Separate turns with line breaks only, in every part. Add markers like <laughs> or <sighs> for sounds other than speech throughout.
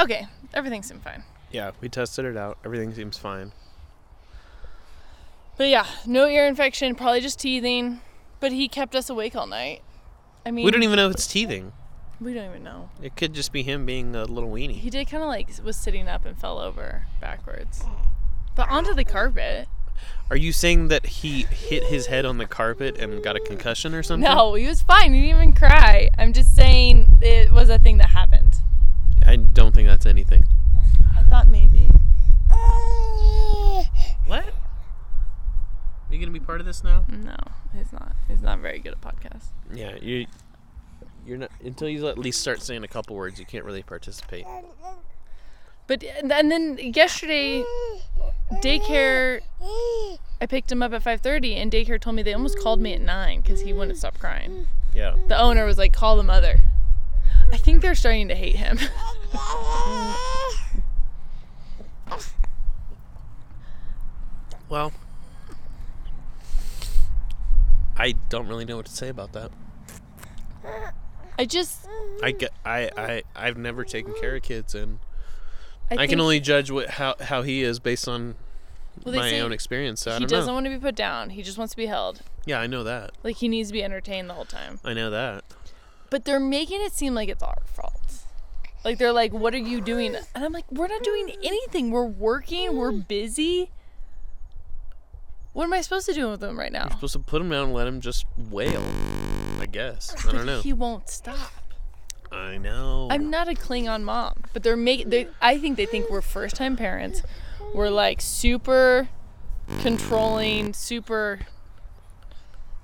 Okay, everything seemed fine.
Yeah, we tested it out. Everything seems fine.
But yeah, no ear infection, probably just teething. But he kept us awake all night. I mean,
We don't even know if it's teething.
we don't even know.
It could just be him being a little weenie.
He did kind of like was sitting up and fell over backwards, but onto the carpet.
Are you saying that he hit his head on the carpet and got a concussion or something?
No, he was fine. He didn't even cry. I'm just saying it was a thing that happened.
I don't think that's anything.
I thought maybe.
What? Are you gonna be part of this now?
No, he's not. He's not very good at podcasts.
Yeah, you. You're not until you at least start saying a couple words. You can't really participate.
But and then yesterday, daycare. I picked him up at 5:30, and daycare told me they almost called me at nine because he wouldn't stop crying.
Yeah.
The owner was like, "Call the mother." I think they're starting to hate him. <laughs>
Well, I don't really know what to say about that.
I just.
I get, I, I, I've never taken care of kids, and
I,
I,
think-
can only judge what how how he is based on
well, they
my
say
own experience. So I
He
don't
doesn't
know.
want to be put down. He just wants to be held.
Yeah, I know that.
Like he needs to be entertained the whole time.
I know that.
But they're making it seem like it's our fault. Like they're like, "What are you doing?" And I'm like, "We're not doing anything. We're working. We're busy." What am I supposed to do with him right now?
You're supposed to put him down and let him just wail. I guess. I don't know.
<laughs> He won't stop.
I know.
I'm not a Klingon mom, but they're making. They, I think they think we're first time parents. We're like super controlling, super.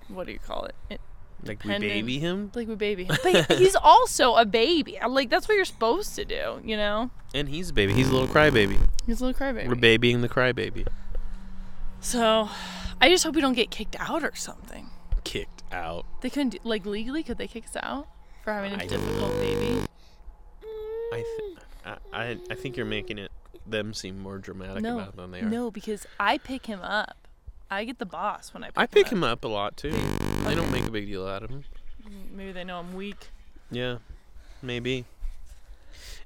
What do you call it? It-
like we
dependent.
baby him,
like we
<laughs>
baby, him. but he's also a baby. I'm like that's what you're supposed to do, you know.
and he's a baby. He's a little crybaby.
He's a little crybaby.
We're babying the crybaby.
So, I just hope we don't get kicked out or something.
Kicked out.
They couldn't do, like legally could they kick us out for having a
I don't
difficult baby?
I, th- I, I, I think you're making it them seem more dramatic
No,
about it than they are.
no, because I pick him up. I get the boss when I pick
I pick
Uh,
him up a lot too. They don't make a big deal out of him.
up. Maybe they know I'm weak.
Yeah, maybe.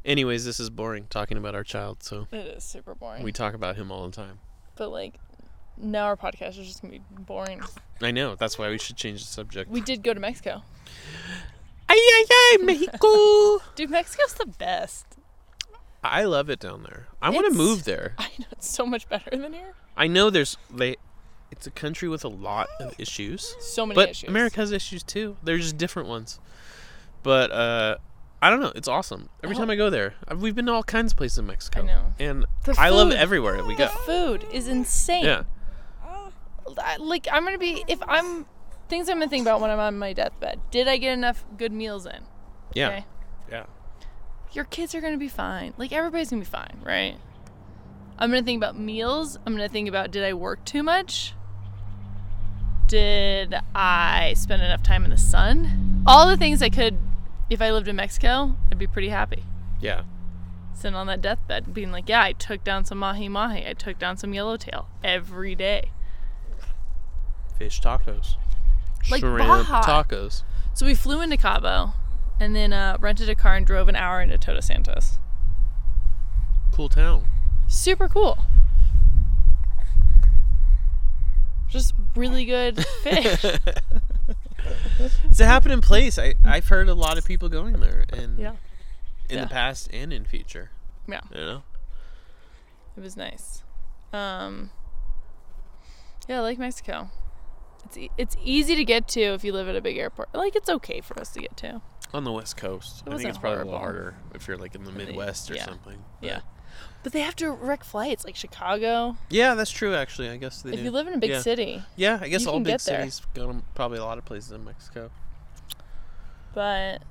Anyways, this is boring talking about our child, so
It is super boring.
we talk about him all the time.
but like now our podcast is just gonna be boring.
I know. That's why we should change the subject.
We did go to Mexico.
ay ay ay, Mexico.
Dude, Mexico's the best. <laughs>
I love it down there. I want to
It's-
move there.
I know it's so much better than here.
I know there's they. It's a country with a lot of issues.
So many
but
issues.
America has issues too. They're just different ones. But uh, I don't know. It's awesome. Every
Oh.
time I go there, I've- we've been to all kinds of places in Mexico.
I know.
And
The
I love
food.
everywhere we
The
go.
food is insane.
Yeah.
I- like I'm gonna be if I'm things I'm gonna think about when I'm on my deathbed. Did I get enough good meals in?
Yeah.
Okay.
Yeah.
Your kids are gonna be fine. Like everybody's gonna be fine, right? I'm gonna think about meals. I'm gonna think about did I work too much? Did I spend enough time in the sun? All the things I could if I lived in Mexico, I'd be pretty happy.
Yeah.
Sitting on that deathbed being like, Yeah, I took down some mahi mahi, I took down some yellowtail every day.
Fish tacos.
Like
Shrimp
Baja.
tacos.
So we flew into Cabo and then uh, rented a car and drove an hour into Todos Santos.
Cool town.
Super cool. Just really
<laughs>
good fish.
It's a happening place. I, I've heard a lot of people going there and
yeah.
in
Yeah.
the past and in future.
Yeah.
You know?
It was nice. Um, yeah, I like Mexico. It's, e- it's easy to get to if you live at a big airport. Like, it's okay for us to get to.
On the West Coast. I think
wasn't
it's probably a little
horrible.
harder if you're like in the Midwest or
yeah.
something.
Yeah. But they have to wreck flights, like Chicago.
Yeah, that's true actually. I guess they
If
do.
you live in a big
Yeah.
city,
Yeah, I guess
You
all
can
big
get there.
cities go to probably a lot of places in Mexico.
but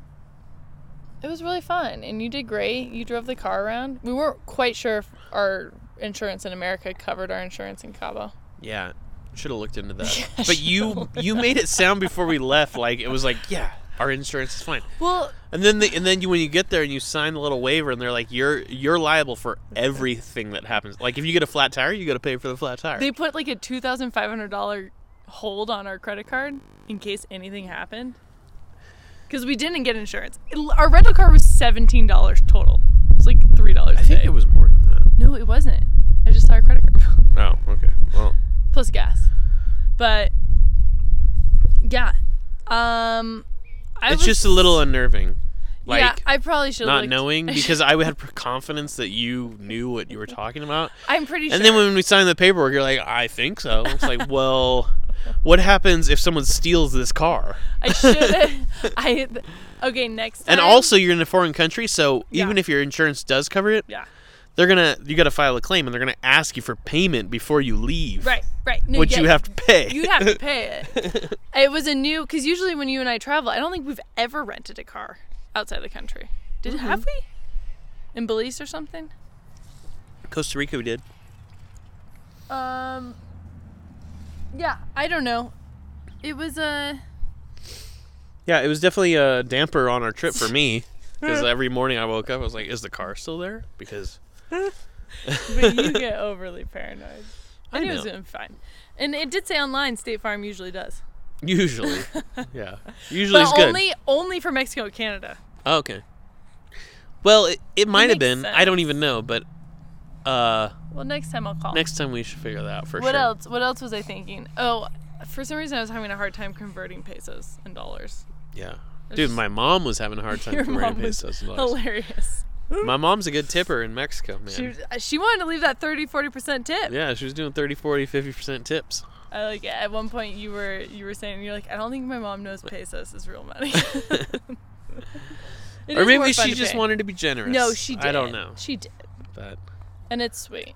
it was really fun and you did great you drove the car around we weren't quite sure if our insurance in america covered our insurance in cabo
Yeah. Should have looked into that.
<laughs> Yeah,
but you you made it sound before we left like it was like, yeah, our insurance is fine.
well
And then the, and then you, when you get there and you sign the little waiver and they're like you're you're liable for everything that happens. Like if you get a flat tire, you got to pay for the flat tire.
they put like a $2500 hold on our credit card in case anything happened because we didn't get insurance It- our rental car was $17 total it's like $3 <laughs>
Oh,
But yeah, um, I
it's
was-
just a little unnerving. Like
yeah, I probably should <laughs>
not knowing because I had confidence that you knew what you were talking about.
I'm pretty sure.
And then when we signed the paperwork, you're like, I think so. It's like, well, what happens if someone steals this car?
I
<laughs>
should. <laughs> I okay next.
And
time-
also, you're in a foreign country, so
Yeah.
even if your insurance does cover it,
yeah,
they're gonna you got to file a claim, and they're gonna ask you for payment before you leave,
right, right. No,
Which
yeah,
you have to pay.
You'd have to pay it.
<laughs>
It was a new because usually when you and I travel, I don't think we've ever rented a car outside the country. Did have we? In Belize or something?
Costa Rica, we did.
Um. Yeah, I don't know. It was a.
Yeah, it was definitely a damper on our trip for me
<laughs>
because every morning I woke up, I was like, "Is the car still there?" Because
<laughs> But you get overly paranoid. I,
I
knew it was
know.
gonna be fine, and it did say online. State Farm usually does,
usually,
<laughs>
yeah, usually
but
it's good.
only only for Mexico, and Canada.
Oh, okay. Well, it, it might have
makes
been. I don't even know, but uh,
Well, next time I'll call.
next time we should figure that out for
what
sure.
else? What else was I thinking? Oh, for some reason I was having a hard time converting pesos and dollars.
Yeah.
It's
Dude,
just-
my mom was having a hard time
Your
converting
mom was
pesos.
<laughs>
and dollars.
Hilarious.
My mom's a good tipper in Mexico, man.
She she wanted to leave that 30 40% tip.
yeah, she was doing 30, 40, 50% tips.
I like at one point you were you were saying you're like I don't think my mom knows pesos is real
<laughs>
money. <laughs> It
or
is more
maybe
fun
she
to
just
pay.
wanted to be generous.
No, she did.
I don't know.
She did.
But
And it's sweet.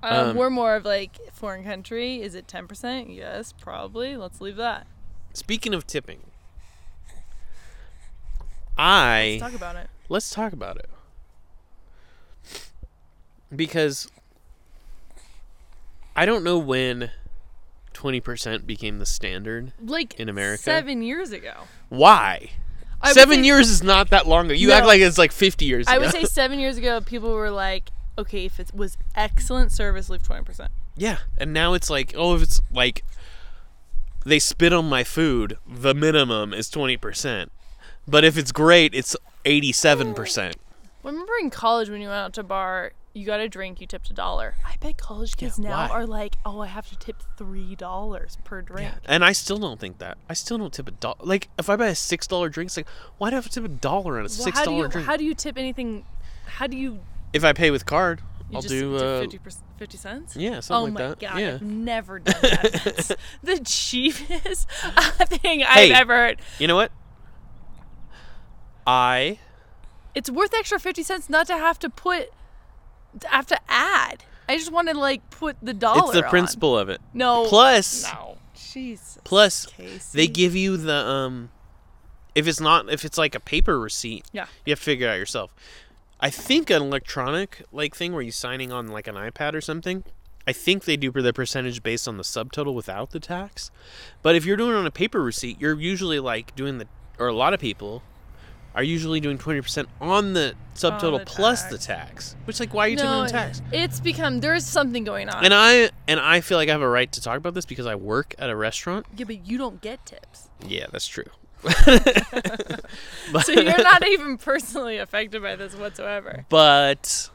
Um,
Um,
we're more of like foreign country. Is it 10%? Yes, probably. Let's leave that.
speaking of tipping, I
Talk about it.
let's talk about it because I don't know when 20% became the standard.
Like
In America?
7 years ago.
Why?
I would
Seven
say-
years is not that long ago. You act
No.
like it's like 50 years ago.
I would say seven years ago, people were like, okay, if it was excellent service, leave 20%.
Yeah, and now it's like, oh, if it's like they spit on my food, the minimum is twenty percent. But if it's great, it's eighty-seven percent.
Remember in college when you went out to bar, you got a drink, you tipped a dollar. I bet college kids
Yeah,
now
why?
are like, oh, I have to tip $3 per drink.
And I still don't think that. I still don't tip a dollar. Like if I buy a six-dollar drink, it's like why do I have to tip a dollar on a
Well, how do
six-dollar
you
drink?
how do you tip anything? How do you?
if I pay with card,
you
I'll
just
do.
tip
Uh,
50, 50 cents.
yeah,
Oh
something
my
like that.
god!
Yeah.
I've
<laughs>
never done that. That's the cheapest <laughs> thing I've
Hey.
ever heard.
You know what? I
It's worth extra fifty cents not to have to put, to have to add. I just want to like put the dollar.
it's the
Oh, on.
principle of it.
No.
Plus,
No. Jesus.
plus
Casey.
they give you the um if it's not if it's like a paper receipt
Yeah.
you have to figure it out yourself i think an electronic like thing where you're signing on like an ipad or something i think they do the percentage based on the subtotal without the tax but if you're doing it on a paper receipt you're usually like doing the or a lot of people are usually doing 20% on the subtotal
the
plus
tax.
the tax which like why are you taking
No.
on tax
It's become there's something going on.
and i and i feel like i have a right to talk about this because i work at a restaurant
yeah, but you don't get
<laughs>
tips,
yeah that's true
so you're not even personally affected by this whatsoever.
but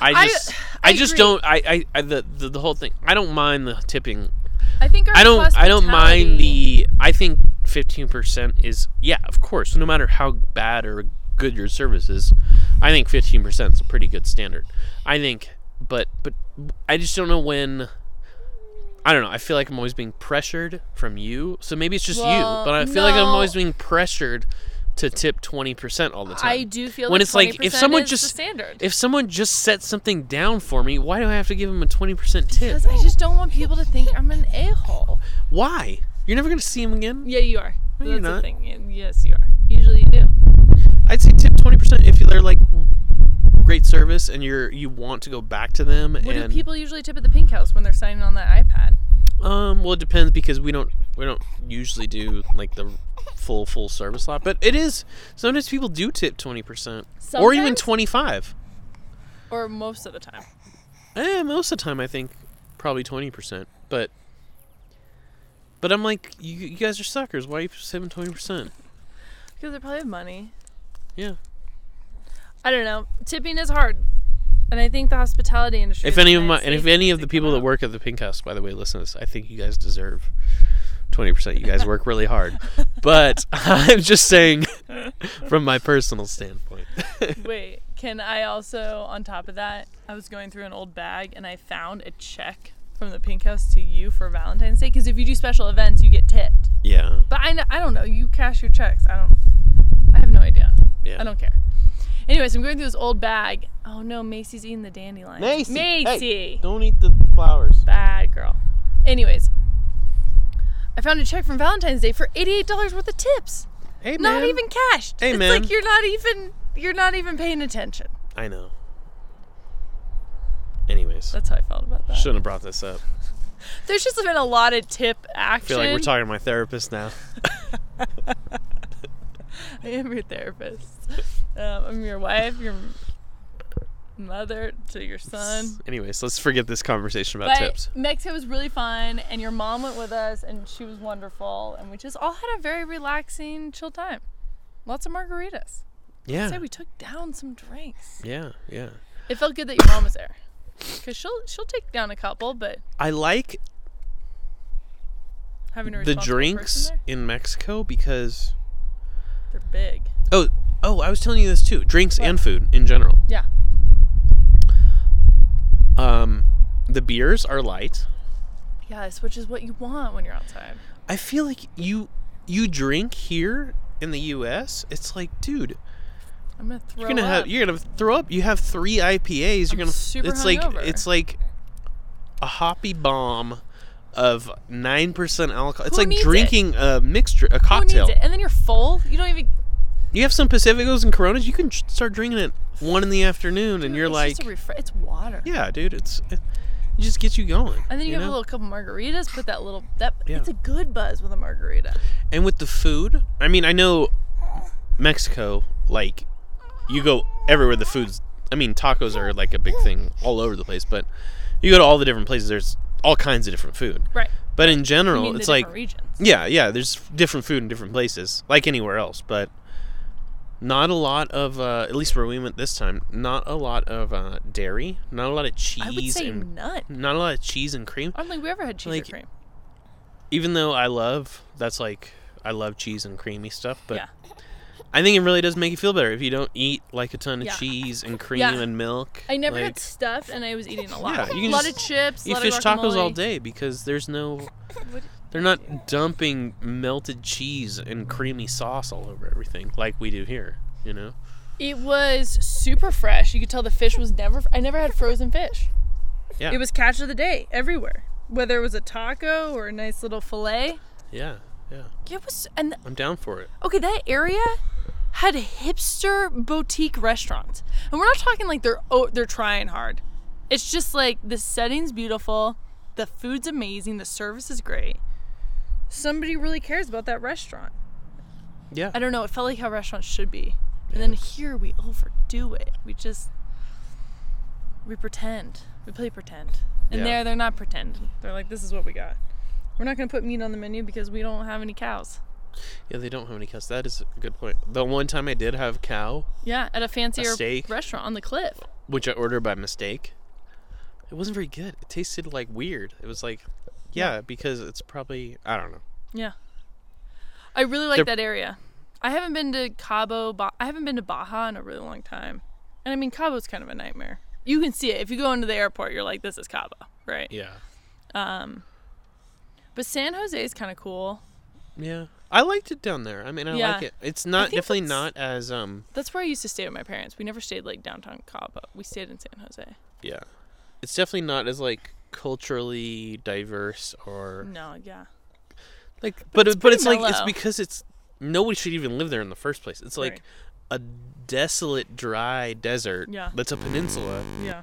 I
I-
just I,
I
just
agree.
don't I, I, I the, the the whole thing I don't mind the tipping
I think our
I don't I don't mind
hospitality-
the I think fifteen percent is yeah of course no matter how bad or good your service is I think fifteen percent is a pretty good standard I think but but I just don't know when I don't know I feel like I'm always being pressured from you so maybe it's just
Well,
you but I feel like I'm
no.
always being pressured to tip twenty percent all the time
I do feel
when
that
it's like if
20%
someone
is the
just
standard.
if someone just set something down for me, why do I have to give them a twenty percent tip?
Because I just don't want people to think I'm an a hole.
Why? You're never gonna see him again.
Yeah, you are.
No,
That's
you're
the
not.
thing. Y- Yes, you are. Usually you do.
I'd say tip twenty percent if they're like great service and you're you want to go back to them.
What
and
do people usually tip at the Pink House when they're signing on that iPad?
um well it depends because we don't we don't usually do like the full full service lot, but it is sometimes people do tip twenty percent or even
Sometimes?
twenty five.
Or most of the time.
Eh, most of the time I think probably twenty percent, but. But I'm like, you, you guys are suckers. Why are you saving twenty percent?
Because they probably have money.
Yeah.
I don't know. Tipping is hard. And I think the hospitality industry.
If
the
any of my
United
and if
States
any
needs
of
to
the
come
people that
out.
work at the Pink House, by the way, listen to this, I think you guys deserve twenty percent. You guys work really
<laughs>
hard, but <laughs> I'm just saying <laughs> from my personal standpoint. <laughs>
Wait, can I also, on top of that, I was going through an old bag and I found a check from the Pink House to you for Valentine's Day because if you do special events, you get tipped.
yeah,
But I, kn- I don't know. You cash your checks. I don't. I have no idea.
yeah.
I don't care. Anyways, I'm going through this old bag. Oh no, Macy's eating the dandelion.
Macy, hey,
Macy.
don't eat the flowers.
Bad girl. Anyways, I found a check from Valentine's Day for eighty-eight dollars worth of tips.
Hey,
Not
man.
even cashed.
Hey,
it's
man.
like you're not even you're not even paying attention.
I know. Anyways,
That's how I felt about that.
shouldn't have brought this up.
There's just been a lot of tip action.
I feel like we're talking to my therapist now.
<laughs> I am your therapist. Um, I'm your wife, your mother to your son.
<laughs> Anyways, let's forget this conversation about
But
uh, tips.
Mexico was really fun, and your mom went with us, and she was wonderful, and we just all had a very relaxing, chill time. Lots of margaritas.
Yeah.
Say we took down some drinks.
Yeah, yeah.
It felt good that your mom was there, cause she'll she'll take down a couple, but
I like
having a
the
responsible
drinks
person
in Mexico because
there, they're big.
oh oh I was telling you this too. Drinks and food in general.
Yeah,
Um, the beers are light.
yes, which is what you want when you're outside.
I feel like you you drink here in the U.S. It's like, dude,
I'm gonna throw
you're gonna
up.
have you're gonna throw up. You have three IPAs. You're
I'm
gonna.
super
it's like
hungover.
it's like a hoppy bomb of nine percent alcohol. It's
Who
like
needs it?
drinking a mixture, a
Who needs
cocktail.
it? And then you're full. You don't even.
You have some Pacificos and Coronas. You can j- start drinking at one in the afternoon, and you're
it's
like,
just a refre- it's water.
yeah, dude, it's it, it just gets you going.
And then you, have
know?
a little couple margaritas. Put that little that
Yeah.
it's a good buzz with a margarita.
And with the food, I mean, I know Mexico, like, you go everywhere, the food's. I mean, tacos are like a big thing all over the place, but you go to all the different places, there's all kinds of different food.
Right.
But in
I
general,
mean, the
it's
different
like,
regions.
yeah, yeah, there's different food in different places, like anywhere else, but not a lot of, uh, at least where we went this time, not a lot of uh, dairy, not a lot of cheese,
I would say
and
none.
not a lot of cheese and cream
I don't think we ever had cheese
Like,
or cream.
even though I love that's like I love cheese and creamy stuff, but
Yeah.
I think it really does make you feel better if you don't eat like a ton of
Yeah.
cheese and cream
Yeah.
and milk.
I never
like,
got stuffed, and I was eating a lot.
Yeah, you can
a lot
just
of chips. a
eat
lot
fish
of
tacos all
guacamole.
day because there's no
What-
they're not dumping melted cheese and creamy sauce all over everything like we do here, you know.
It was super fresh. You could tell the fish was never. I never had frozen fish.
Yeah.
It was catch of the day everywhere, whether it was a taco or a nice little fillet.
Yeah, yeah.
It was, and
I'm down for it.
Okay, that area had hipster boutique restaurants, and we're not talking like they're oh they're trying hard. It's just like the setting's beautiful, the food's amazing, the service is great. Somebody really cares about that restaurant.
Yeah.
I don't know. It felt like how restaurants should be, and then here we overdo it. We just we pretend. We play pretend, and
Yeah.
there they're not pretending. They're like, this is what we got. We're not gonna put meat on the menu because we don't have any cows.
Yeah, they don't have any cows. That is a good point. The one time I did have cow,
Yeah, at a fancier
steak.
restaurant on the cliff.
which I ordered by mistake. It wasn't very good. It tasted like weird. It was like, yeah, because it's probably I don't know.
Yeah. I really like
They're-
that area. I haven't been to Cabo. Ba- I haven't been to Baja in a really long time. And I mean, Cabo's kind of a nightmare. You can see it. If you go into the airport, you're like, this is Cabo, right?
Yeah,
But San Jose is kind of cool.
yeah. I liked it down there. I mean, I
Yeah.
like it. It's not
think
definitely
that's-
not as um.
That's where I used to stay with my parents. We never stayed like downtown Cabo. We stayed in San Jose.
Yeah, it's definitely not as like culturally diverse or
No, yeah.
like. But
Mm. it's
it- but
pretty
it's, like it's
mellow.
because it's nobody should even live there in the first place. It's like a desolate, dry desert.
Yeah.
that's a peninsula.
Yeah.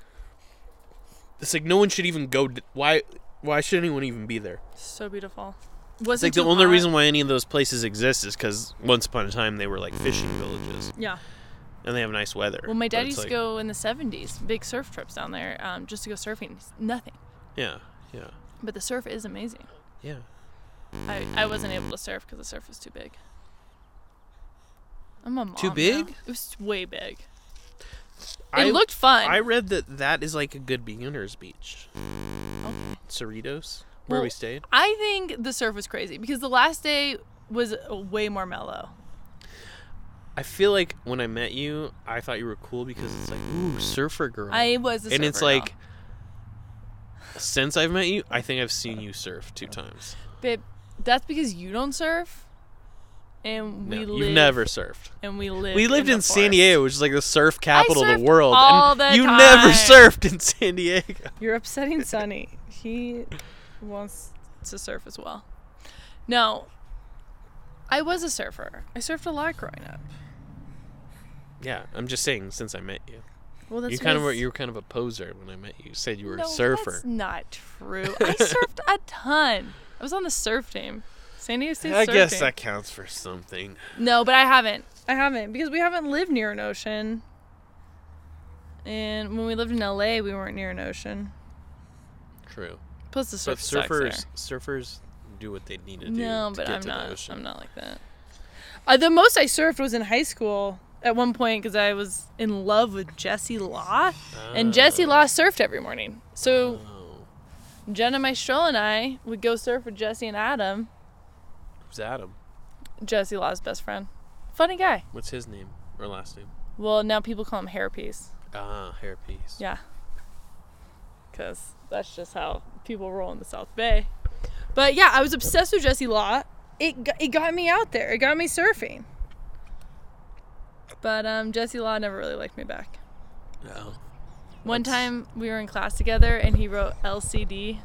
It's like no one should even go. D- why why should anyone even be there?
So beautiful.
It's
Was
like the only reason why any of those places exist is because once upon a time they were like fishing villages
Yeah.
and they have nice weather.
Well, my
but
dad
it's
used to
like-
go in the 70s, big surf trips down there um, just to go surfing. Nothing.
Yeah, yeah,
But the surf is amazing.
yeah.
I, I wasn't able to surf because the surf was too big. I'm a mom.
Too
now.
big?
It was way big. It
I-
looked fun.
I read that that is like a good beginner's beach. Cerritos, where
Well,
we stayed.
I think the surf was crazy because the last day was uh, way more mellow.
I feel like when I met you, I thought you were cool because it's like, ooh, surfer girl.
I was, a
Mm. and it's
surfer girl.
like, since I've met you, I think I've seen you surf two times.
babe, that's because you don't surf, and
No,
we live,
you've never surfed.
and we live.
We lived in,
the
San
forest.
Diego, which is like the surf capital of
surfed
the world.
all
and
the
you never
time.
surfed in San Diego.
You're upsetting Sonny. He wants to surf as well. No, I was a surfer. I surfed a lot growing up.
Yeah, I'm just saying. Since I met you,
Well, that's
you kind of
because-
were you were kind of a poser when I met you. You said you were
no,
a surfer.
That's not true.
<laughs>
I surfed a ton. I was on the surf team. San Diego State
I
surf
guess
team.
that counts for something.
No, but I haven't. I haven't because we haven't lived near an ocean. And when we lived in LA, we weren't near an ocean.
True. eh?
Plus the
But
surf sucks
surfers, surfers do what they need to
there.
do.
No,
to
but
get
I'm
to The
not.
ocean.
I'm not like that. Uh, the most I surfed was in high school at one point because I was in love with Jessie Law, and Jessie Law surfed every morning. So
Oh,
Jenna Maestral and I would go surf with Jesse and Adam,
who's Adam?
Jesse Law's best friend. Funny guy.
What's his name or last name?
Well, now people call him Hairpiece.
Ah, hairpiece.
Yeah. Because that's just how people roll in the South Bay. But yeah, I was obsessed with Jessie Law. It, got- it got me out there, it got me surfing. But um, Jesse Law never really liked me back.
Oh.
One
That's-
time we were in class together and he wrote LCD,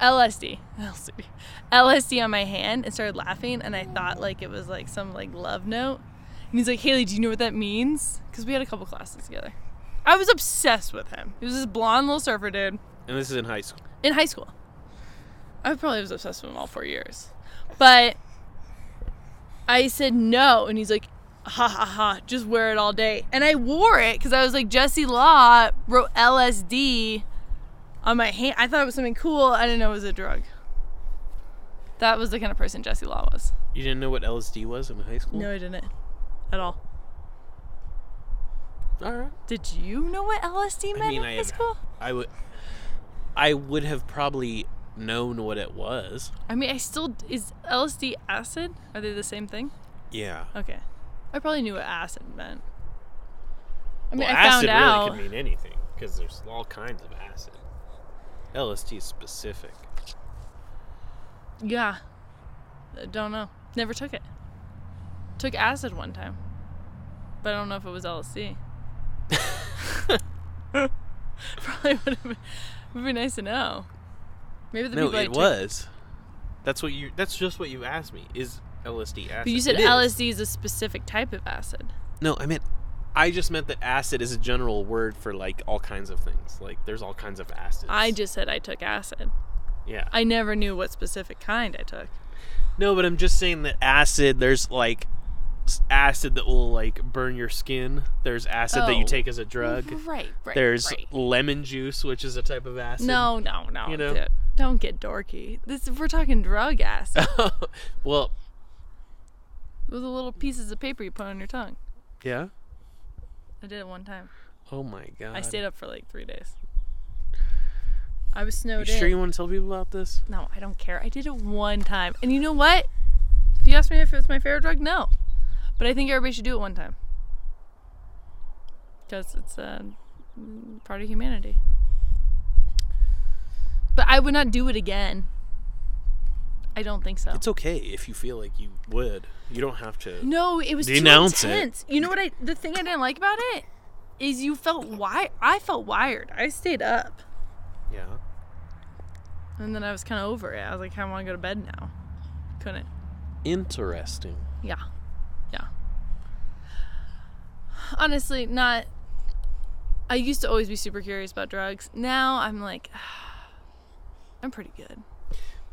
LSD, LCD, LSD on my hand and started laughing and I thought like it was like some like love note. And he's like, Haley, do you know what that means? Because we had a couple classes together. I was obsessed with him. He was this blonde little surfer dude
And this is in high school.
in high school. I probably was obsessed with him all four years. But I said no, and he's like, ha ha ha, just wear it all day. And I wore it because I was like, Jesse Law wrote LSD on my hand. I thought it was something cool. I didn't know it was a drug. That was the kind of person Jesse Law was.
You didn't know what LSD was in high school?
No, I didn't at all.
All right.
Did you know what LSD meant
I mean,
in
I
high
had-
school?
I would. I would have probably known what it was.
I mean, I still is LSD acid? Are they the same thing?
Yeah.
Okay. I probably knew what acid meant. I mean,
well,
I found
acid
out.
really can mean anything because there's all kinds of acid. LSD is specific.
yeah. I don't know. Never took it. Took acid one time. But I don't know if it was
<laughs>
LSD. probably would have been, would be nice to know. Maybe the
no,
people I
it
took-
was. That's what you. That's just what you asked me. Is LSD acid?
But you said
It is.
LSD is a specific type of acid.
No, I meant. I just meant that acid is a general word for like all kinds of things. Like there's all kinds of acids.
I just said I took acid.
Yeah.
I never knew what specific kind I took.
No, but I'm just saying that acid. There's like s- acid that will like burn your skin. There's acid that you
Oh.
take as a drug.
Right, right.
There's
right.
lemon juice, which is a type of acid.
No, no, no.
You know?
dude. Don't get dorky. This we're talking drug
<laughs>
acid
<laughs> well,
with the little pieces of paper you put on your tongue.
yeah.
I did it one time.
Oh my god.
I stayed up for like three days. I was snowed
You sure
in.
you want to tell people about this?
no, I don't care. I did it one time, and you know what? If you ask me if it's my favorite drug, no. But I think everybody should do it one time because it's a mm, part of humanity. But I would not do it again. I don't think so.
It's okay if you feel like you would. You don't have to.
No, it was
Denounce
too
it.
intense. You know what I the thing I didn't like about it is you felt why I felt wired. I stayed up.
Yeah.
And then I was kinda over it. I was like, I wanna go to bed now. Couldn't.
Interesting.
Yeah. Yeah. Honestly, not I used to always be super curious about drugs. Now I'm like <sighs> I'm pretty good.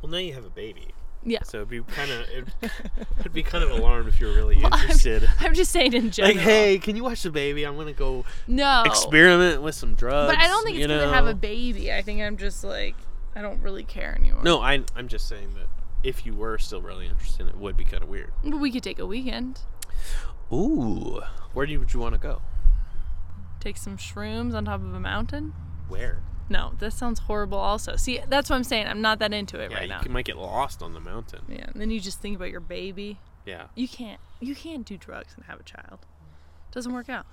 Well, now you have a baby,
Yeah.
so it'd be kind of it'd, it'd be kind of alarmed if you were really
<laughs> I'm, <laughs>
interested.
I'm just saying in general.
Like, hey, can you watch the baby? I'm gonna go
no.
experiment with some drugs.
But I don't think
you
it's gonna have
know?
a baby. I think I'm just like I don't really care anymore.
No, I, I'm just saying that if you were still really interested, it would be kind of weird.
But we could take a weekend.
Ooh, where do you, would you want to go?
Take some shrooms on top of a mountain?
Where?
No, this sounds horrible also. See, that's what I'm saying. I'm not that into it
Yeah,
right
you
now.
can- might get lost on the mountain.
Yeah, and then you just think about your baby.
Yeah.
You can't you can't do drugs and have a child. Doesn't work out.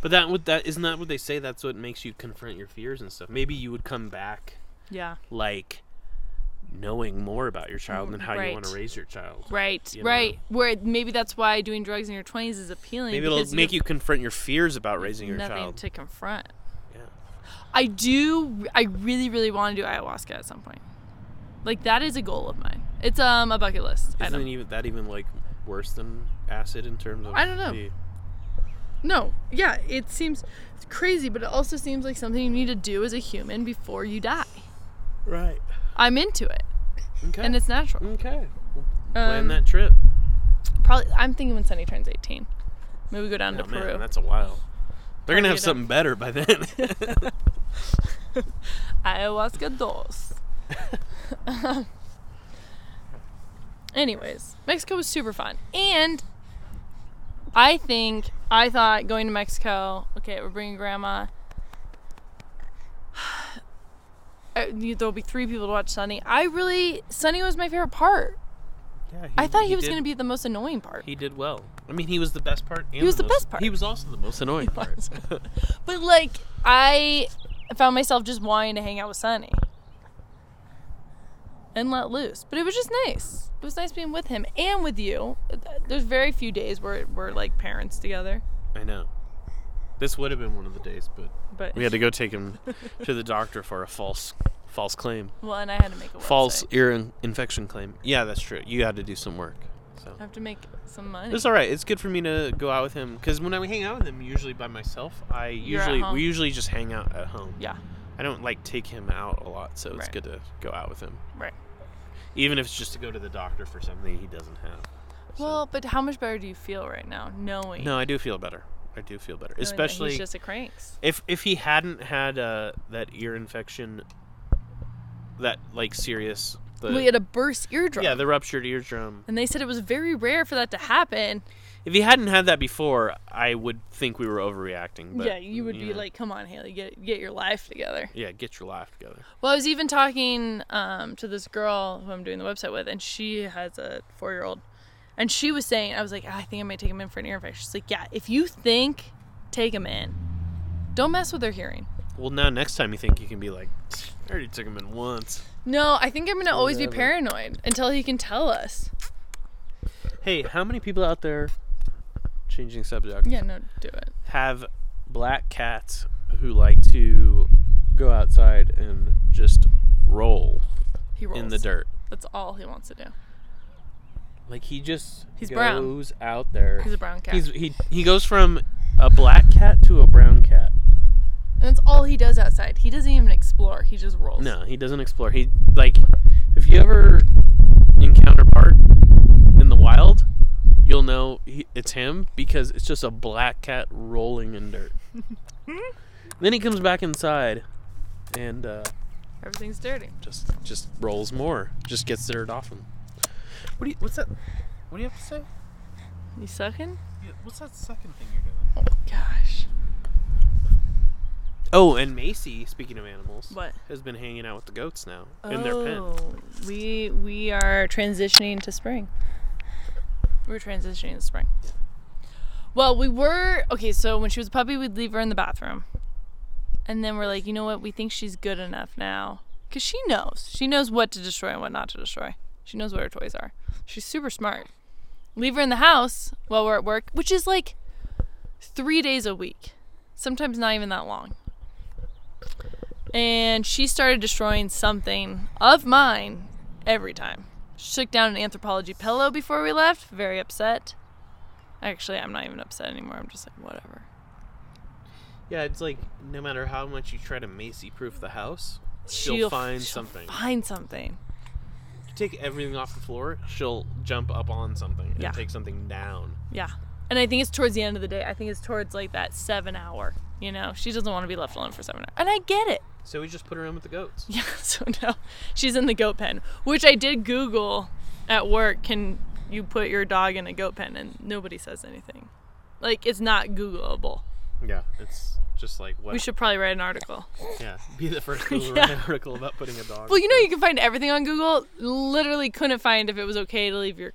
But that would that isn't that what they say? That's what makes you confront your fears and stuff. Maybe you would come back
Yeah.
like knowing more about your child and how you want to
right.
raise your child.
Right,
You know.
right. Where maybe that's why doing drugs in your 20s is appealing.
Maybe it'll
because
make
have
you confront your fears about raising your
nothing
child.
to confront.
yeah.
I do. I really, really want to do ayahuasca at some point. Like that is a goal of mine. It's um a bucket list. I
Isn't
don't.
even that even like worse than acid in terms of
I don't know.
the-
No. Yeah. It seems crazy, but it also seems like something you need to do as a human before you die.
Right.
I'm into it,
Okay.
and it's natural.
okay.
Um,
Plan that trip.
Probably. I'm thinking when Sunny turns 18, maybe we go down
Oh,
to
man,
Peru.
that's a while. They're gonna have
Target 'em.
something better by <laughs> then.
ayahuasca dos. Anyways, Mexico was super fun. And I think, I thought going to Mexico, okay, we're bringing grandma. <sighs> Uh, you- There'll be three people to watch Sunny. I really, Sunny was my favorite part.
Yeah,
I thought he, was
did-
going to be the most annoying part.
He did well. I mean, he was the best part. And
was the
most-
best part.
He was also the most annoying part.
But like, I found myself just wanting to hang out with Sunny and let loose. But it was just nice. It was nice being with him and with you. There's very few days where we're like parents together.
<laughs> I know. This would have been one of the days, but
But
we had to go take him to the doctor for a false, false claim,
well, and I had to make a
false
website.
ear in- infection claim. Yeah, that's true. You had to do some work. So
I have to make some money.
it's all right. It's good for me to go out with him because when I hang out with him, usually by myself, I
You're at
usually
home.
we usually just hang out at home.
yeah,
I don't like take him out a lot, so it's
Right.
good to go out with him,
right.
even if it's just to go to the doctor for something he doesn't have. So-
Well, but how much better do you feel right now, knowing?
No, I do feel better. I do feel better,
knowing that
especially
Oh, he's just a cranks.
if if he hadn't had uh, that ear infection, that like serious, the
we had a burst eardrum.
yeah, the ruptured eardrum.
and they said it was very rare for that to happen.
If he hadn't had that before, I would think we were overreacting. But,
yeah, you would be
know,
like, "Come on, Haley, get get your life together."
yeah, get your life together.
Well, I was even talking um, to this girl who I'm doing the website with, and she has a four year old. And she was saying, I was like, "Ah, I think I might take him in for an ear infection. She's like, Yeah, if you think, take him in. Don't mess with their hearing.
Well, now next time you think you can be like, I already took him in once.
No, I think I'm going to always be
Whatever.
paranoid until he can tell us.
Hey, how many people out there, changing subject,
Yeah, no, do it.
have black cats who like to go outside and just roll
He rolls.
in the dirt?
That's all he wants to do.
Like he just
He's brown.
goes out there.
He's a brown cat.
He's he he goes from a black cat to a brown cat.
and that's all he does outside. He doesn't even explore, he just rolls.
No, he doesn't explore. He like if you ever encounter Bart in the wild, you'll know he, it's him because it's just a black cat rolling
<laughs>
in dirt. then he comes back inside and uh,
Everything's dirty.
just just rolls more. Just gets dirt off him. What do you, what's that? What do you have to say?
You sucking?
What's that second thing you're doing?
Oh, gosh.
Oh, and Macy, speaking of animals,
What? Oh.
has been hanging out with the goats now in their pen.
We we are transitioning to spring. We're transitioning to spring. Well, we were okay. So when she was a puppy, we'd leave her in the bathroom, and then we're like, you know what? We think she's good enough now, cause she knows. She knows what to destroy and what not to destroy. She knows what her toys are. She's super smart. Leave her in the house while we're at work, which is like three days a week, sometimes not even that long and she started destroying something of mine every time. She took down an anthropology pillow before we left, very upset. Actually, I'm not even upset anymore. I'm just like, whatever.
Yeah, it's like no matter how much you try to Macy proof the house, she'll,
She'll-
find
she'll
something.
Find something.
Take everything off the floor, she'll jump up on something and
Yeah.
take something down.
Yeah. And I think it's towards the end of the day. I think it's towards like that seven hour. You know, she doesn't want to be left alone for seven hours. And I get it. <laughs>
So we just put her in with the goats.
Yeah, so no. She's in the goat pen, which I did Google at work. Can you put your dog in a goat pen? And nobody says anything. Like, it's not Googleable.
Yeah, it's just like what.
We should probably write an article.
yeah, be the first Google
<laughs> Yeah.
write article about putting a dog.
Well, you know, you can find everything on Google. Literally couldn't find if it was okay to leave your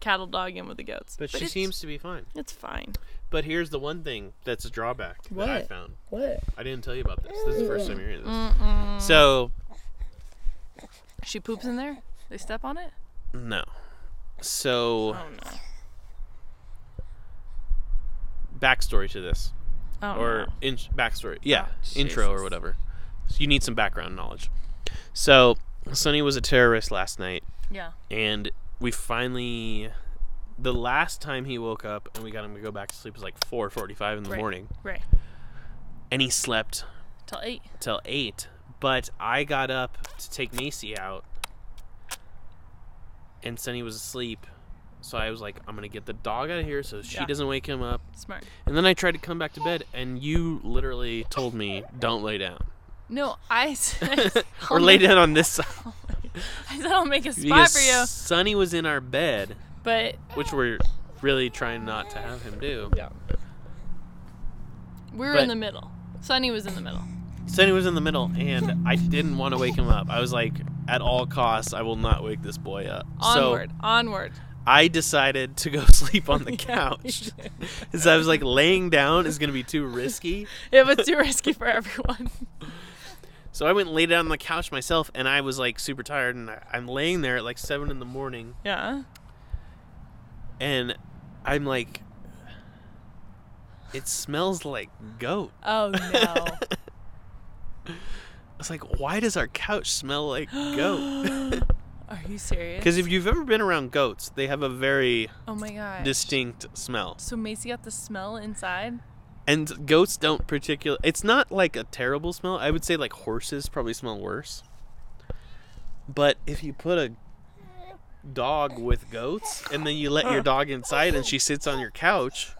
cattle dog in with the goats.
but she
it's-
seems to be fine.
It's fine.
But here's the one thing that's a drawback that I
What?
found.
What?
I didn't tell you about this. This is the first time you're hearing this. So
She poops in there? They step on it?
no. So
Oh, no.
backstory to this,
Oh,
or
no.
in- backstory, yeah,
Oh,
intro or
Jesus.
whatever. So you need some background knowledge. So Sonny was a terrorist last night,
Yeah.
and we finally, the last time he woke up and we got him to go back to sleep was like 4:45 in the
Right.
morning,
Right.
and he slept
Till eight.
till eight, but I got up to take Macy out, and Sunny was asleep. So I was like, I'm gonna get the dog out of here so she
Yeah.
doesn't wake him up.
Smart.
And then I tried to come back to bed, and you literally told me, "Don't
<laughs>
lay down,"
No, I <laughs> said,
or lay down on this side.
I said I'll make a spot
Because
for you,
Sunny was in our bed,
but
which we're really trying not to have him do.
yeah, we were
But-
in the middle. Sunny was in the middle.
Sunny was in the middle, and I didn't want to wake him up. I was like, at all costs, I will not wake this boy up. So-
Onward, onward.
I decided to go <laughs>
<laughs>
sleep on the couch.
Yeah, you
Because I was like, laying down is going to be too risky.
It was too risky for everyone. <laughs>
So I went and laid down on the couch myself, and I was like super tired. And I, I'm laying there at like 7 in the morning,
Yeah.
and I'm like, it smells like goat.
Oh no.
<laughs> I was like, why does our couch smell like goat? <laughs>
Are you serious?
Because if you've ever been around goats, they have a very
oh my god.
distinct smell.
so Macy got the smell inside.
And goats don't particular. It's not like a terrible smell. I would say like horses probably smell worse. But if you put a dog with goats and then you
<laughs>
let your dog inside and she sits on your couch,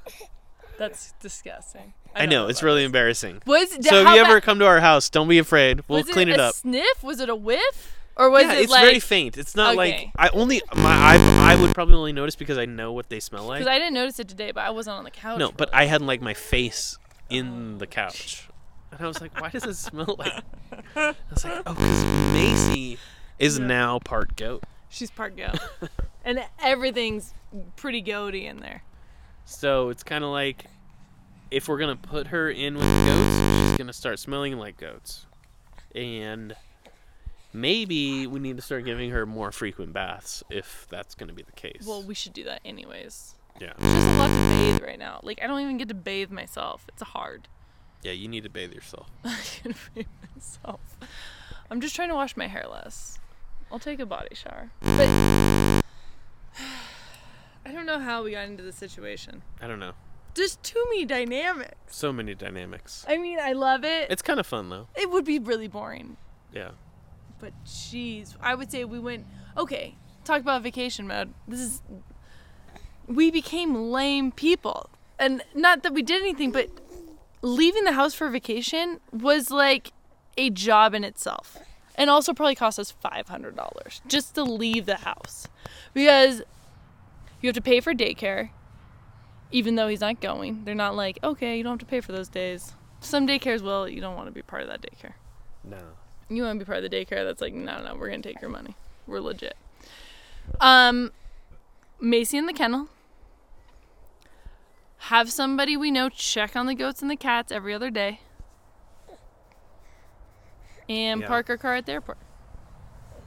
That's disgusting.
I, know it's really embarrassing.
Was
so if
how
you ever
bad-
come to our house, don't be afraid. We'll
was
clean
it,
it,
a
up.
Sniff? Was it a whiff? Or was
yeah,
it
it's
like?
very faint. It's not
Okay.
like I only my I I would probably only notice because I know what they smell like.
Because I didn't notice it today, but I wasn't on the couch.
No,
for
but
like-
I had like my face in the couch, and I was like, "Why does it smell like?"
<laughs>
I was like, "Oh, because Macy is now part goat." <laughs>
she's part goat, and everything's pretty goaty in there.
So it's kind of like if we're gonna put her in with goats, she's gonna start smelling like goats, and maybe we need to start giving her more frequent baths if that's gonna be the case.
Well, we should do that anyways.
yeah,
She doesn't love to bathe right now. Like I don't even get to bathe myself. It's hard.
yeah, you need to bathe yourself.
<laughs> I can bathe myself. I'm just trying to wash my hair less. I'll take a body shower. But <sighs> I don't know how we got into this situation.
I don't know,
Just to me dynamic.
so many dynamics.
I mean, I love it.
It's kind of fun though.
it would be really boring
Yeah.
But jeez, I would say we went okay. Talk about vacation mode. This is we became lame people, and not that we did anything, but leaving the house for vacation was like a job in itself, and also probably cost us five hundred dollars just to leave the house, because you have to pay for daycare, even though he's not going. They're not like okay, you don't have to pay for those days. Some daycares will. You don't want to be part of that daycare
No.
you want to be part of the daycare that's like no no we're gonna take your money we're legit um macy in the kennel have somebody we know check on the goats and the cats every other day and
Yeah.
park our car at the airport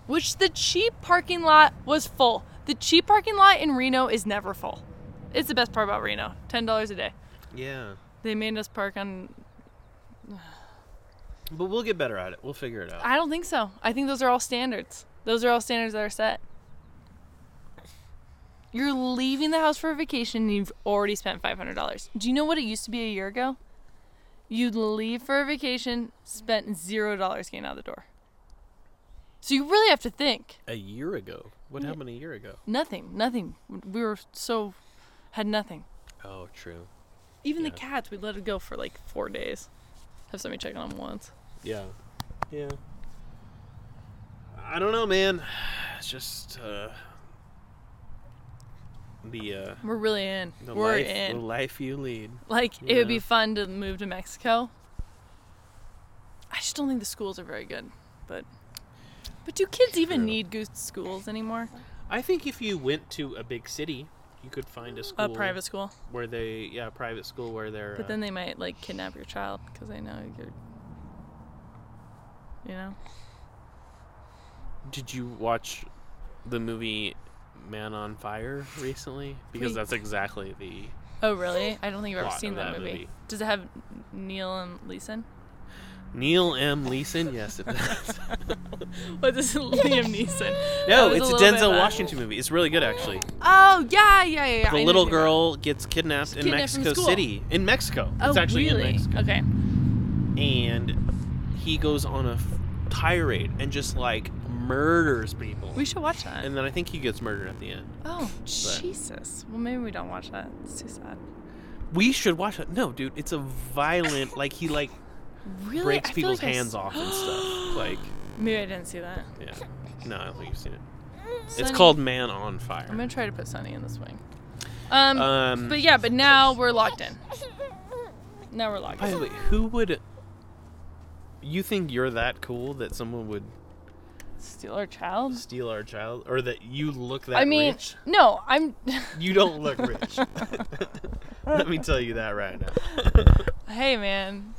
which the cheap parking lot was full the cheap parking lot in reno is never full it's the best part about reno $10 a day
Yeah.
they made us park on
But we'll get better at it. We'll figure it out.
I don't think so. I think those are all standards. Those are all standards that are set. You're leaving the house for a vacation and you've already spent $500. Do you know what it used to be a year ago? You'd leave for a vacation, spent $0 getting out the door. So you really have to think.
a year ago. What happened a year ago?
Nothing, nothing. We were so, had nothing.
Oh, true.
Even
Yeah.
the cats, we let it go for like four days. Have somebody check on them once.
Yeah. Yeah. I don't know, man. It's just uh the uh,
We're really in.
the
We're
life the
in.
life you lead.
Like it would
Yeah.
be fun to move to Mexico. I just don't think the schools are very good, but but do kids even
True.
need good schools anymore?
I think if you went to a big city, you could find a school
A private school,
where they yeah a private school where they're
but
uh,
then they might like kidnap your child because they know you're. You know,
Did you watch the movie Man on Fire recently? Because
Wait.
that's exactly the.
Oh really? I don't think I've ever
Lot
seen
of
that,
that
movie.
movie.
Does it have Neil and Leeson?
Neil M. Leeson? Yes, it
<laughs>
does.
What is it, <laughs> Liam Neeson? That
<laughs> no,
was
it's a
little bit
Denzel
bad.
Washington movie. It's really good, actually.
Oh yeah, yeah, yeah. yeah. I
The
know
little
what you're talking
girl gets kidnapped in
Kidnapped from
Mexico
school.
City. In Mexico.
about.
it's
Oh,
actually
really?
in Mexico.
Okay.
And he goes on a f- tirade and just, like, murders people.
We should watch that.
and then I think he gets murdered at the end.
Oh Jesus! Well, maybe we don't watch that. It's too sad.
We should watch it. No, dude, it's a
<laughs>
violent. like, he, like,
Really,
breaks
I feel
people's
like I s-
hands off and
<gasps>
stuff. Like,.
Maybe I didn't see that.
Yeah. No, I don't think you've seen it. It's
Sunny-
called Man
I'm gonna
on Fire.
try to put Sunny in the swing. Um,
Um,
but yeah, but now we're locked in. Now we're locked
By the
in.
way, who would. You think you're that cool that someone would
Steal our child.
steal our child? Or that you look that
I mean,
rich?
no, I'm. <laughs>
You don't look rich. <laughs> Let me tell you that right now.
hey, man,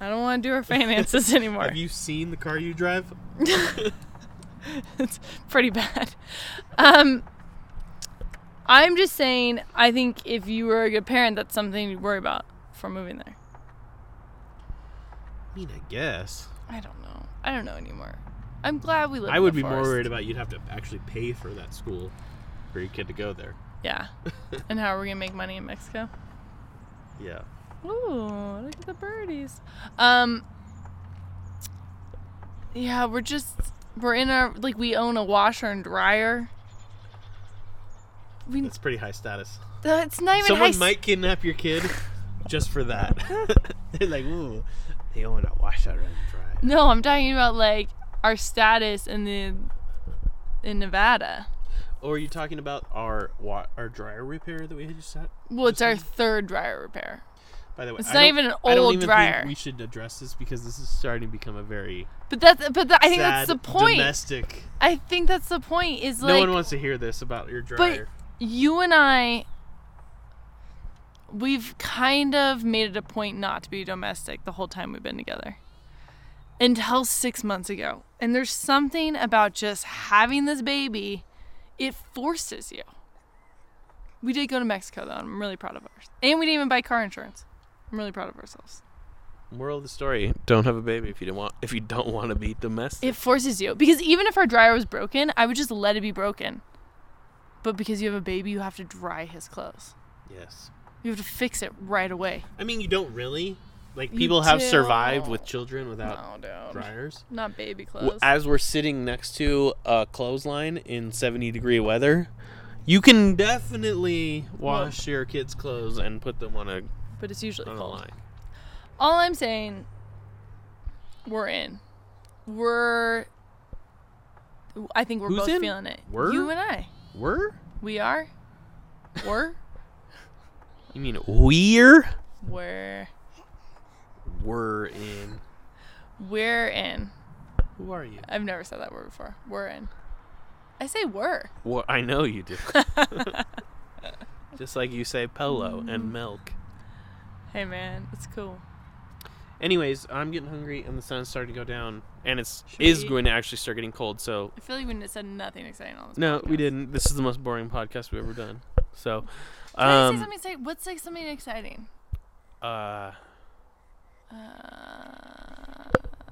I don't want to do our finances anymore.
<laughs> Have you seen the car you drive?
<laughs> it's pretty bad. Um, I'm just saying, I think if you were a good parent, that's something you worry about for moving there.
I mean, I guess.
I don't know. I don't know anymore. I'm glad we live.
I
in
would
the
be more
forest.
worried about you'd have to actually pay for that school for your kid to go there.
Yeah.
<laughs>
and how are we gonna make money in Mexico?
Yeah.
Ooh, look at the birdies. Um. Yeah, we're just we're in our like we own a washer and dryer. We
That's pretty high status.
that's not even
Someone
high
might kidnap your kid just for that. <laughs> They're like, ooh, they want to wash out and dry.
No, I'm talking about like our status in the in Nevada.
Or are you talking about our wa- our dryer repair that we had just set?
Well, it's our third dryer repair.
By the way,
It's
I
not
don't-
even an
I don't
old
even think
dryer.
we should address this because this is starting to become a very
But that's but the, I think that's
sad
the point.
domestic.
I think that's the point is like
no one wants to hear this about your dryer.
you and I, we've kind of made it a point not to be domestic the whole time we've been together until six months ago. And there's something about just having this baby, it forces you. We did go to Mexico though. and I'm really proud of ours. And we didn't even buy car insurance. I'm really proud of ourselves.
Moral of the story: Don't have a baby if you don't want if you don't want to be domestic.
It forces you because even if our dryer was broken, I would just let it be broken. But because you have a baby, you have to dry his clothes.
yes,
You have to fix it right away.
I mean you don't really like
You
people have survived
don't.
with children without
No, dude.
dryers.
Not baby clothes.
w- as we're sitting next to a clothesline in 70 degree weather, you can definitely wash your kids' clothes and put them on a,
but it's usually
on a
cold.
line.
All I'm saying, we're in. We're. I think we're
Who's
both
in?
feeling it.
We're?
You and I.
We're?
We are. We're. <laughs>
You mean we're?
we're.
We're in.
We're in.
Who are you?
I've never said that word before. We're in. I say we're. <laughs>
Well, I know you <laughs> do. Just like you say polo and milk.
Hey man, it's cool.
Anyways, I'm getting hungry and the sun's starting to go down and it's
Should
is
we-
going to actually start getting cold. So
I feel like we n- said nothing exciting on this.
no, we
podcast.
didn't. This is the most boring podcast we've ever done. So,
Can I say
um,
something exciting? What's like something exciting?
uh,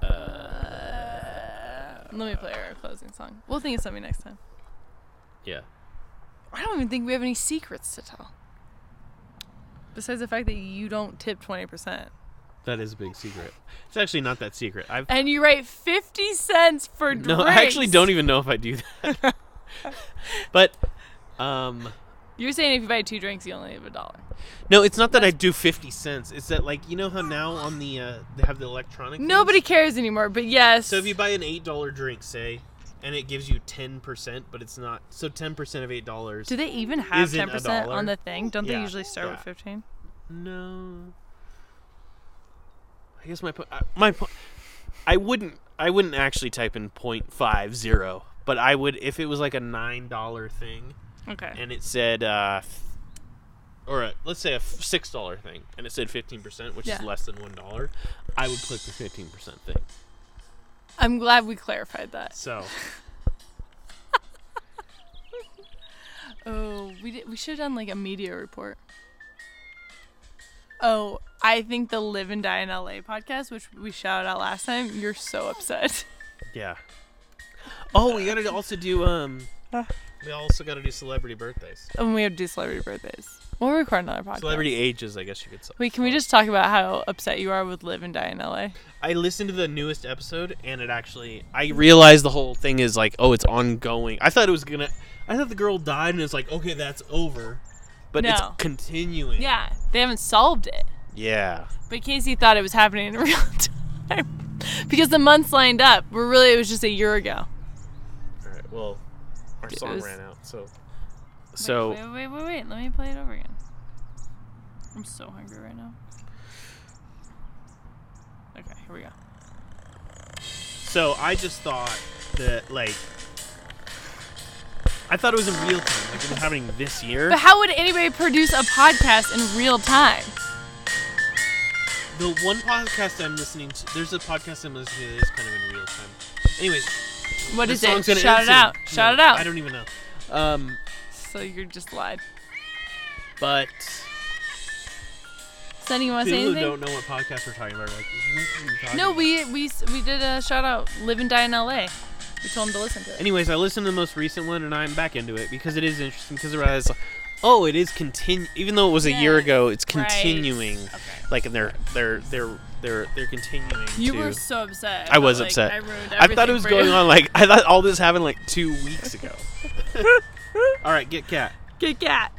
Uh, let me play our closing song. We'll think of something next time.
yeah.
I don't even think we have any secrets to tell. Besides the fact that you don't tip 20%.
That is a big secret. It's actually not that secret. I've
And you write 50 cents for drinks.
<laughs> no, I actually don't e- even know if I do that. <laughs> but um
You're saying if you buy two drinks, you only have a dollar.
no, it's not that I do 50 cents. It's that like you know how now on the uh they have the electronic things?
Nobody cares anymore, but yes.
So if you buy an $8 drink, say, and it gives you 10%, but it's not. So 10% of $8.
Do they even have
Isn't a
ten percent
dollar.
on the thing? Don't
Yeah,
they usually start with
yeah.
fifteen?
No. I guess my po- I- my po- I wouldn't I wouldn't actually type in point five zero, but I would if it was like a nine dollar thing
Okay.
and it said uh, f- or a, let's say a f- six dollar thing and it said fifteen percent, which is
Yeah.
less than one dollar, I would click the fifteen percent thing.
I'm glad we clarified that.
So
Oh, we did, we should have done like a media report. Oh, I think the Live and Die in LA podcast, which we shouted out last time, you're so upset. <laughs>
yeah. Oh, we gotta also do um.
Ah.
We also gotta do celebrity birthdays,
and we have to do celebrity birthdays. We'll record another podcast.
celebrity ages, I guess you could say.
Wait, can we just talk about how upset you are with Live and Die in LA?
I listened to the newest episode and it actually I realized the whole thing is like, oh, it's ongoing. I thought it was gonna I thought the girl died and it's like, okay, that's over. But it's
No.
continuing.
Yeah, they haven't solved it.
Yeah.
But Casey thought it was happening in <laughs> real time because the months lined up. Where really it was just a year ago.
Alright, well our
It
song
was-
ran out, so so
wait, wait, wait, wait. Let me play it over again. I'm so hungry right now. Okay, here we go.
so I just thought that like I thought it was in real time, like it was happening this year.
But how would anybody produce a podcast in real time?
The one podcast I'm listening to there's a podcast I'm listening to that is kind of in real time. Anyways,
What
this
is
song's
it?
gonna
Shout
end
it
soon.
out. Shout
No,
it out.
I don't even know. Um
So you're just lied.
but
Sonny, you want to
People
say
who
anything?
don't know what podcast we're talking about are like, what are you talking
No,
about?"
we we we did a shout out. Live and die in L.A. We told him to listen to it.
Anyways, I listened to the most recent one and I'm back into it because it is interesting because I realized, oh, it is continu. Even though it was a year
Yes,
ago, it's
right.
continuing.
Okay.
Like, and they're they're they're they're they're continuing.
You
to,
were so upset.
I was
Like,
upset.
I ruined
I thought
everything
it was
for
going
you. <laughs>
on like I thought all this happened like two weeks ago. all right, get cat.
Kit Kat.